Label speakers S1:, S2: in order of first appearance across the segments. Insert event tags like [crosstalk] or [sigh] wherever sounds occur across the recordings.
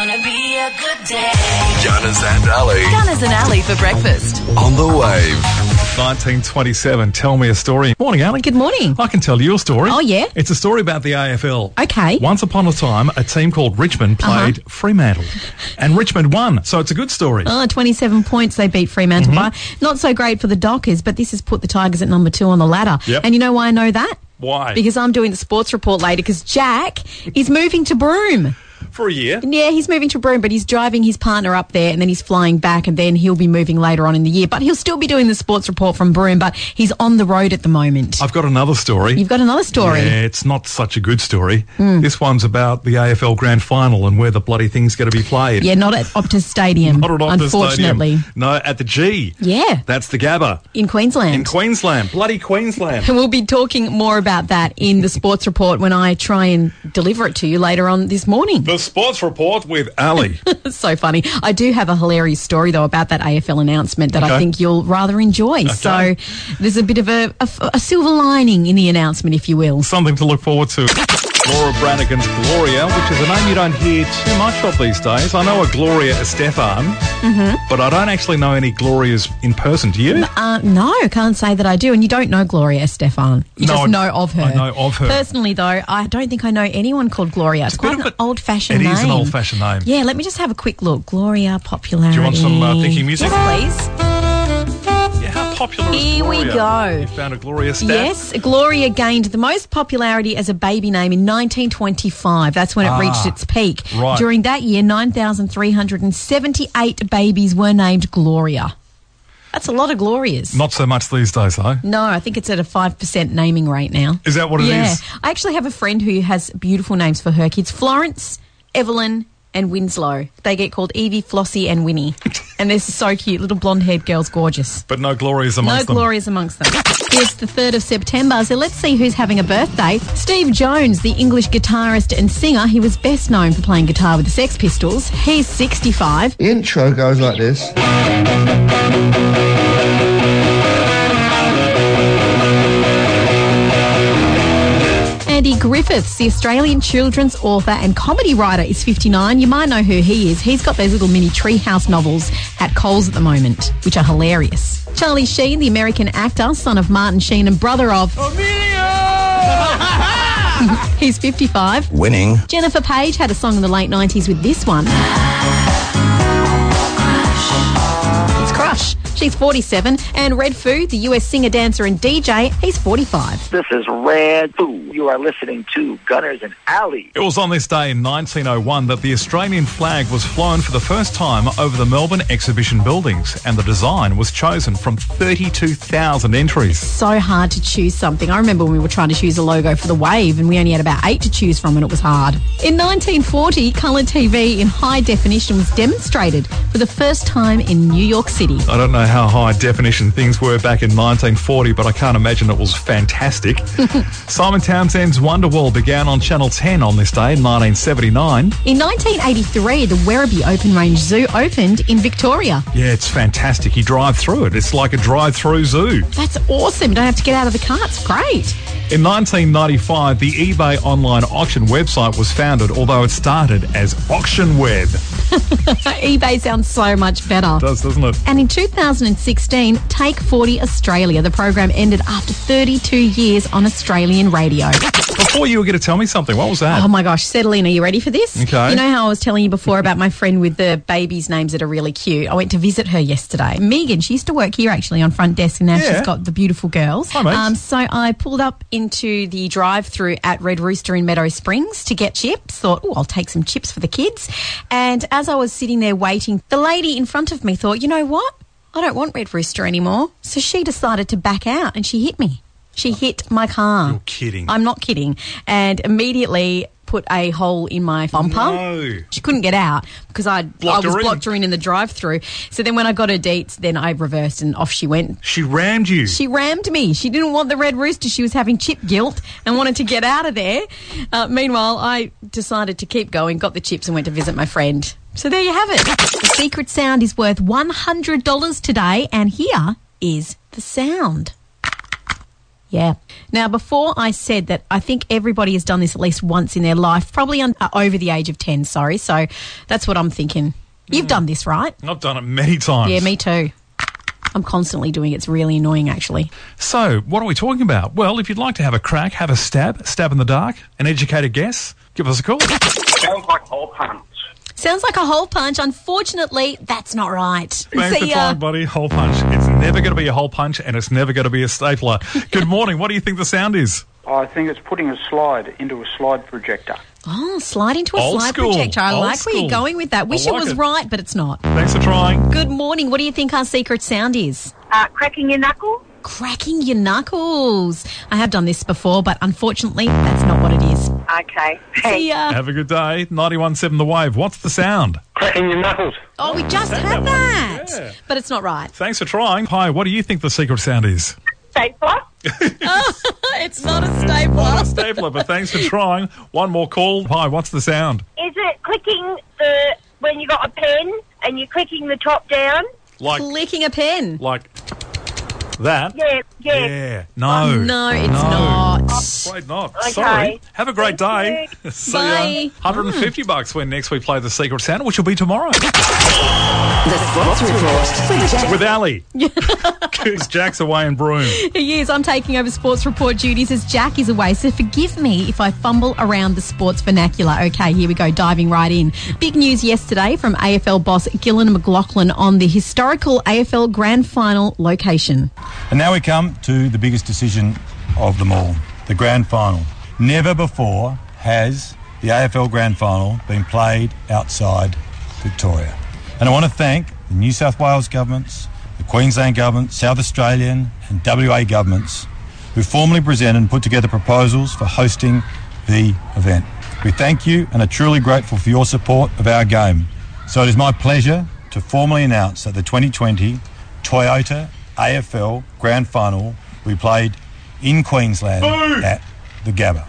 S1: a good day.
S2: Gunners and Ali
S3: Gunners and Ali for breakfast.
S2: on the wave.
S4: 1927. Tell me a story. Morning, Ali.
S5: Good morning.
S4: I can tell you a story.
S5: Oh, yeah?
S4: It's a story about the AFL.
S5: Okay. Uh-huh.
S4: Once upon a time, a team called Richmond played Fremantle, and Richmond won. So it's a good story.
S5: Oh, 27 points they beat Fremantle by.
S4: Mm-hmm.
S5: Not so great for the Dockers, but this has put the Tigers at number two on the ladder.
S4: Yep.
S5: And you know why I know that?
S4: Why?
S5: Because I'm doing the sports report later because Jack is moving to Broome.
S4: For a year.
S5: Yeah, he's moving to Broome, but he's driving his partner up there and then he's flying back and then he'll be moving later on in the year. But he'll still be doing the sports report from Broome, but he's on the road at the moment.
S4: I've got another story.
S5: You've got another story. Hmm.
S4: Yeah, it's not such a good story. This one's about the AFL Grand Final and where the bloody thing's going to be played.
S5: Yeah, not at Optus Stadium,
S4: Not at Optus Stadium.
S5: unfortunately,
S4: No, at the G.
S5: Yeah.
S4: That's the Gabba.
S5: in Queensland.
S4: In Queensland. Bloody Queensland.
S5: And we'll be talking more about that in the sports report when I try and deliver it to you later on this morning.
S4: the sports report with Ali.
S5: It's so funny. I do have a hilarious story, though, about that AFL announcement that
S4: Okay.
S5: I think you'll rather enjoy. So
S4: Okay.
S5: there's a bit of a, a, a silver lining in the announcement, if you will.
S4: Something to look forward to. Laura Branigan's Gloria, which is a name you don't hear too much of these days. I know a Gloria Estefan, but I don't actually know any Glorias in person. Do you?
S5: Uh, Mm-hmm. no, can't say that I do. And you don't know Gloria Estefan. You
S4: No,
S5: just
S4: I-
S5: know of her.
S4: I know of her.
S5: Personally, though, I don't think I know anyone called Gloria. It's,
S4: a bit
S5: quite
S4: of
S5: an
S4: a-
S5: old fashioned
S4: It
S5: name.
S4: is an old-fashioned name.
S5: Yeah, let me just have a quick look. Gloria, popularity.
S4: Do you want some uh, thinking music?
S3: Yes, please.
S4: Yeah, how popular is
S5: Here we
S4: Gloria?
S5: go.
S4: You found a Gloria stat?
S5: Yes, Gloria gained the most popularity as a baby name in 1925. That's when it reached its peak.
S4: Ah, right.
S5: During that year, 9,378 babies were named Gloria. That's a lot of Glorias.
S4: Not so much these days, though.
S5: no, I think it's at a 5% naming rate now.
S4: Is that what it
S5: yeah.
S4: is?
S5: I actually have a friend who has beautiful names for her kids Florence, Evelyn, and Winslow. They get called Evie, Flossie, and
S4: [laughs]
S5: Winnie. and they're so cute. Little blonde haired girls, gorgeous.
S4: But no Glorias
S5: No
S4: amongst them.
S5: glories amongst them. It's the 3rd of September, so let's see who's having a birthday. Steve Jones, the English guitarist and singer, he was best known for playing guitar with the Sex Pistols. He's 65.
S6: The intro goes like this.
S5: Andy Griffiths, the Australian children's author and comedy writer, is 59. You might know who he is. He's got those little mini treehouse novels at Coles at the moment, which are hilarious. Charlie Sheen, the American actor, son of Martin Sheen and brother of. [laughs] He's 55.
S2: Winning.
S5: Jennifer Page had a song in the late 90s with this one. It's Crush. She's 47. And Red Foo, the US singer, dancer, and DJ, he's 45.
S7: This is Red Food. You are listening to Gunners and Alley.
S4: It was on this day in 1901 that the Australian flag was flown for the first time over the Melbourne exhibition buildings, and the design was chosen from 32,000 entries.
S5: So hard to choose something. I remember when we were trying to choose a logo for the wave and we only had about eight to choose from and it was hard. In 1940, colour TV in high definition was demonstrated for the first time in New York City.
S4: I don't know how high definition things were back in 1940, but I can't imagine it was fantastic.
S5: [laughs]
S4: Simon Townsend's Wonderwall began on Channel 10 on this day in 1979.
S5: In 1983, the Werribee Open Range Zoo opened in Victoria.
S4: Yeah, it's fantastic. You drive through it. It's like a drive-through zoo.
S5: That's awesome. Don't have to get out of the car. It's great.
S4: In 1995, the eBay online auction website was founded, although it started as AuctionWeb.
S5: [laughs] eBay sounds so much better.
S4: does, doesn't it?
S5: And in 2016, Take 40 Australia, the program ended after 32 years on Australian radio.
S4: Before you were going to tell me something, what was that?
S5: Oh my gosh, settle in. Are you ready for this?
S4: Okay.
S5: You know how I was telling you before about my friend with the babies' names that are really cute? I went to visit her yesterday. Megan, she used to work here actually on front desk, and now
S4: Yeah.
S5: she's got the beautiful girls.
S4: Hi, mates.
S5: Um, so I pulled up into the drive through at Red Rooster in Meadow Springs to get chips. Thought, oh, I'll take some chips for the kids. And as I was sitting there waiting, the lady in front of me thought, you know what? I don't want Red Rooster anymore. So she decided to back out and she hit me. She hit my car.
S4: You're kidding.
S5: I'm not kidding. And immediately put a hole in my bumper.
S4: No.
S5: She couldn't get out because I, I
S4: Blocked
S5: was
S4: her in.
S5: blocked her in in the drive through. So then when I got her deets, then I reversed and off she went.
S4: She rammed you.
S5: She rammed me. She didn't want the red rooster. She was having chip guilt and wanted to get out of there. Uh, meanwhile, I decided to keep going, got the chips, and went to visit my friend. So there you have it. The secret sound is worth $100 today, and here is the sound. Yeah. Now, before I said that I think everybody has done this at least once in their life, probably un- uh, over the age of 10, sorry. So that's what I'm thinking. You've done this, right?
S4: I've done it many times.
S5: Yeah, me too. I'm constantly doing it. It's really annoying, actually.
S4: So, what are we talking about? Well, if you'd like to have a crack, have a stab, stab in the dark, an educated guess, give us a
S6: [laughs]
S4: call.
S1: Sounds like hole punch.
S5: Sounds like a hole punch. Unfortunately, that's not right. uh,
S4: Thanks for trying, buddy. Hole punch. It's never going to be a hole punch, and it's never going to be a stapler. Good morning. What do you think the sound is?
S1: I think it's putting a slide into a slide projector.
S5: Oh, slide into a
S4: Old
S5: slide
S4: school.
S5: projector. I
S4: Old
S5: like where
S4: school.
S5: you're going with that. Wish
S4: I
S5: it
S4: like
S5: was
S4: it.
S5: right, but it's not.
S4: Thanks for trying.
S5: Good morning. What do you think our secret sound is?
S6: Uh, cracking your knuckle?
S5: Cracking your knuckles. I have done this before, but unfortunately, that's not what it is.
S6: Okay.
S5: See uh, ya.
S4: Have a good day. 91.7 The Wave. What's the sound?
S1: Cracking your knuckles.
S5: Oh, we just had that.
S4: Yeah.
S5: But it's not right. [laughs]
S4: Thanks for trying. Hi, what do you think the secret sound is?
S6: Stapler?
S5: It's not a staple.
S4: Not a stapler, but thanks for trying. One more call. Hi, what's the sound?
S6: Is it clicking the, when you got a pen and you're clicking the top down?
S5: [laughs]
S4: Like,
S5: Licking a pen.
S4: like that?
S6: Yeah, yeah. Oh,
S4: Yeah. No.
S5: No, it's
S4: No.
S5: not.
S4: Afraid not.
S6: Okay.
S4: Sorry. Have a great day.
S6: Thank
S4: [laughs] See
S5: Bye.
S4: ya. 150 bucks when next we play the secret sound, which will be tomorrow
S3: The sports report with Jack.
S5: [laughs]
S4: with Ali. Because Jack's away in Broome.
S5: He is. I'm taking over sports report duties as Jack is away, so forgive me if I fumble around the sports vernacular. Okay, here we go, diving right in. Big news yesterday from AFL boss Gillan McLaughlin on the historical AFL Grand Final location.
S8: And now we come to the biggest decision of them all the grand final. Never before has the AFL grand final been played outside Victoria. And I want to thank the New South Wales governments, the Queensland government, South Australian, and WA governments who formally presented and put together proposals for hosting the event. We thank you and are truly grateful for your support of our game. So it is my pleasure to formally announce that the 2020 Toyota AFL Grand Final will be played in Queensland at the Gabba.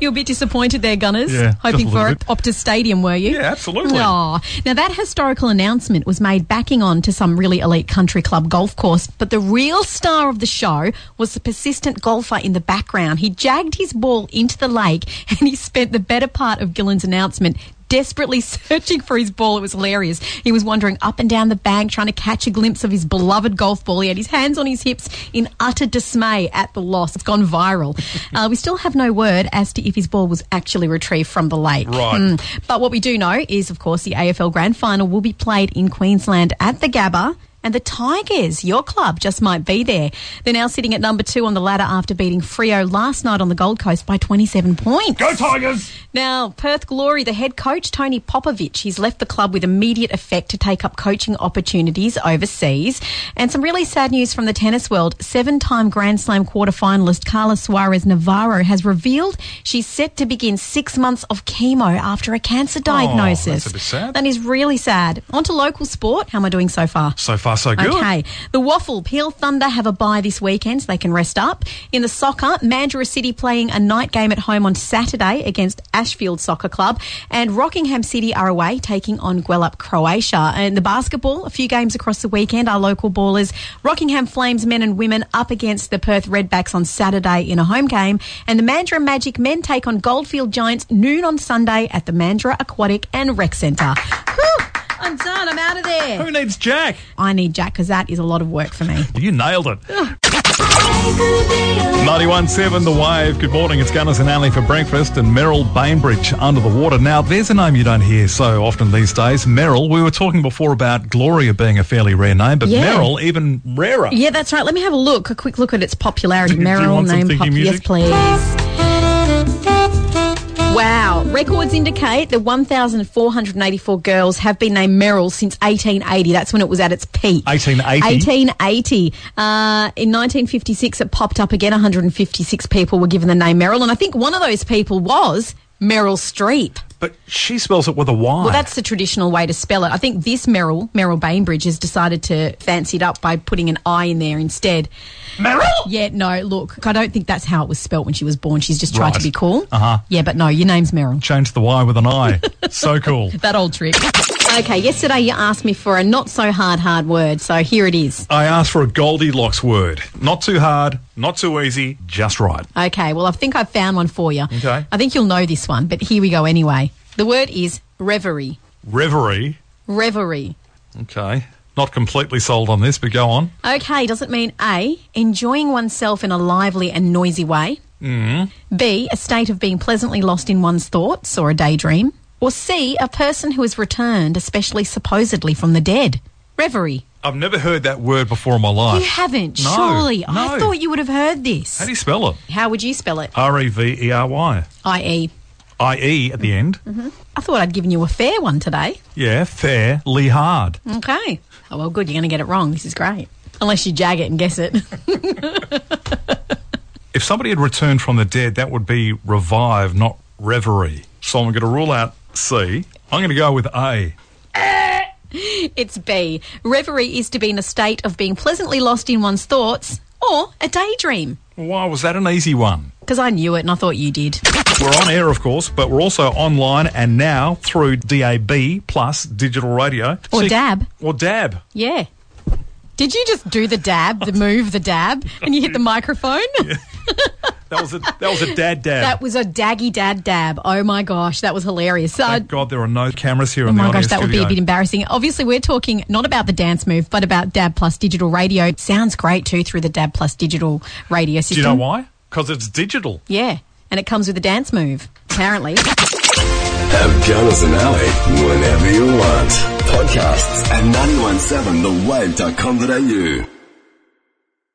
S5: You were a bit disappointed there, Gunners.
S4: Yeah,
S5: Hoping
S4: just a
S5: for
S4: little
S5: it. Optus Stadium, were you?
S4: Yeah, absolutely.
S5: Aw. Now, that historical announcement was made backing on to some really elite country club golf course, but the real star of the show was the persistent golfer in the background. He jagged his ball into the lake [laughs] and he spent the better part of Gillen's announcement desperately [laughs] searching for his ball. It was hilarious. He was wandering up and down the bank trying to catch a glimpse of his beloved golf ball. He had his hands on his hips in utter dismay at the loss. It's gone viral. uh, we still have no word as to if his ball was actually retrieved from the lake. Hmm.
S4: Right.
S5: But what we do know is, of course, the AFL Grand Final will be played in Queensland at the Gabba. And the Tigers, your club, just might be there. They're now sitting at number two on the ladder after beating Frio last night on the Gold Coast by 27 points.
S4: Go Tigers!
S5: Now, Perth Glory, the head coach, Tony Popovich, he's left the club with immediate effect to take up coaching opportunities overseas. And some really sad news from the tennis world. Seven time Grand Slam quarterfinalist Carla Suarez Navarro has revealed she's set to begin six months of chemo after a cancer diagnosis.
S4: Oh, that's a bit sad.
S5: That is really sad. On to local sport. How am I doing so far?
S4: So far, so good.
S5: Okay. The Waffle Peel Thunder have a bye this weekend so they can rest up. In the soccer, Mandurah City playing a night game at home on Saturday against Ashfield Soccer Club. And Rockingham City are away taking on Guelup, Croatia. And the basketball, a few games across the weekend, our local ballers, Rockingham Flames men and women up against the Perth Redbacks on Saturday in a home game. And the Mandurah Magic men take on Goldfield Giants noon on Sunday at the Mandurah Aquatic and Rec Centre. Whew! I'm done. I'm out of there.
S4: Who needs Jack?
S5: I need Jack because that is a lot of work for me.
S4: You nailed it. 91.7 The Wave. Good morning. It's Gunners and Alley for breakfast and Merrill Bainbridge under the water. Now, there's a name you don't hear so often these days. Merrill. We were talking before about Gloria being a fairly rare name, but
S5: Yeah.
S4: Merrill, even rarer.
S5: Yeah, that's right. Let me have a look, a quick look at its popularity.
S4: Do you
S5: Merrill
S4: want some
S5: name
S4: thinking
S5: pop. Yes,
S4: music?
S5: please. Wow. Records indicate that 1,484 girls have been named Merrill since 1880. That's when it was at its peak.
S4: 1880?
S5: 1880. Uh, in 1956, it popped up again. 156 people were given the name Merrill. And I think one of those people was Meryl Streep.
S4: But she spells it with a Y.
S5: Well, that's the traditional way to spell it. I think this Merrill, Merrill Bainbridge, has decided to fancy it up by putting an I in there instead.
S4: Merrill?
S5: Yeah, no, look, I don't think that's how it was spelt when she was born. She's just tried
S4: Right. Uh-huh.
S5: to be cool. Uh huh. Yeah, but no, your name's Merrill. [laughs]
S4: Change the Y with an I. so cool.
S5: That old trick. Okay, yesterday you asked me for a not so hard, hard word, so here it is.
S4: I asked for a Goldilocks word. Not too hard, not too easy, just right.
S5: Okay, well, I think I've found one for you.
S4: Okay.
S5: I think you'll know this one, but here we go anyway. The word is reverie.
S4: Reverie.
S5: Reverie.
S4: Okay. Not completely sold on this, but go on.
S5: Okay, does it mean A, enjoying oneself in a lively and noisy way?
S4: Mm-hmm.
S5: Mm. B, a state of being pleasantly lost in one's thoughts or a daydream? Or C, a person who has returned, especially supposedly from the dead? Reverie.
S4: I've never heard that word before in my
S5: You
S4: life.
S5: haven't,
S4: No,
S5: surely.
S4: no.
S5: I thought you would have heard this.
S4: How do you spell it?
S5: How would you spell it?
S4: R E V E R Y.
S5: I.e.,
S4: I E at the end.
S5: I thought I'd given you a fair one today.
S4: Yeah, fair, Lee Hard.
S5: Okay. Oh, well, good. You're going to get it wrong. This is great. Unless you jag it and guess it.
S4: If somebody had returned from the dead, that would be revive, not reverie. So I'm going to rule out C. I'm going to go with A.
S5: it's B. Reverie is to be in a state of being pleasantly lost in one's thoughts or a daydream.
S4: Why was that an easy one?
S5: Because I knew it and I thought you did.
S4: We're on air, of course, but we're also online and now through DAB plus digital radio.
S5: Or
S4: So you-
S5: DAB.
S4: Or DAB.
S5: Yeah. Did you just do the dab,
S4: [laughs]
S5: the move, the dab, and you hit the microphone?
S4: That was a, that was a dad dab.
S5: That was a daggy dad dab. Oh my gosh, [laughs] that was hilarious. So,
S4: Thank God there are no cameras here in
S5: Oh
S4: the
S5: my
S4: on
S5: gosh, that would be a bit
S4: studio.
S5: embarrassing. Obviously, we're talking not about the dance move, but about Dab Plus Digital Radio. It sounds great too through the Dab Plus Digital Radio
S4: Do
S5: system.
S4: you know why? Because it's digital.
S5: Yeah, and it comes with a dance move,
S4: [laughs]
S5: apparently.
S2: Have Jonas and Ali whenever you want. Podcasts at 917thewave.com.au.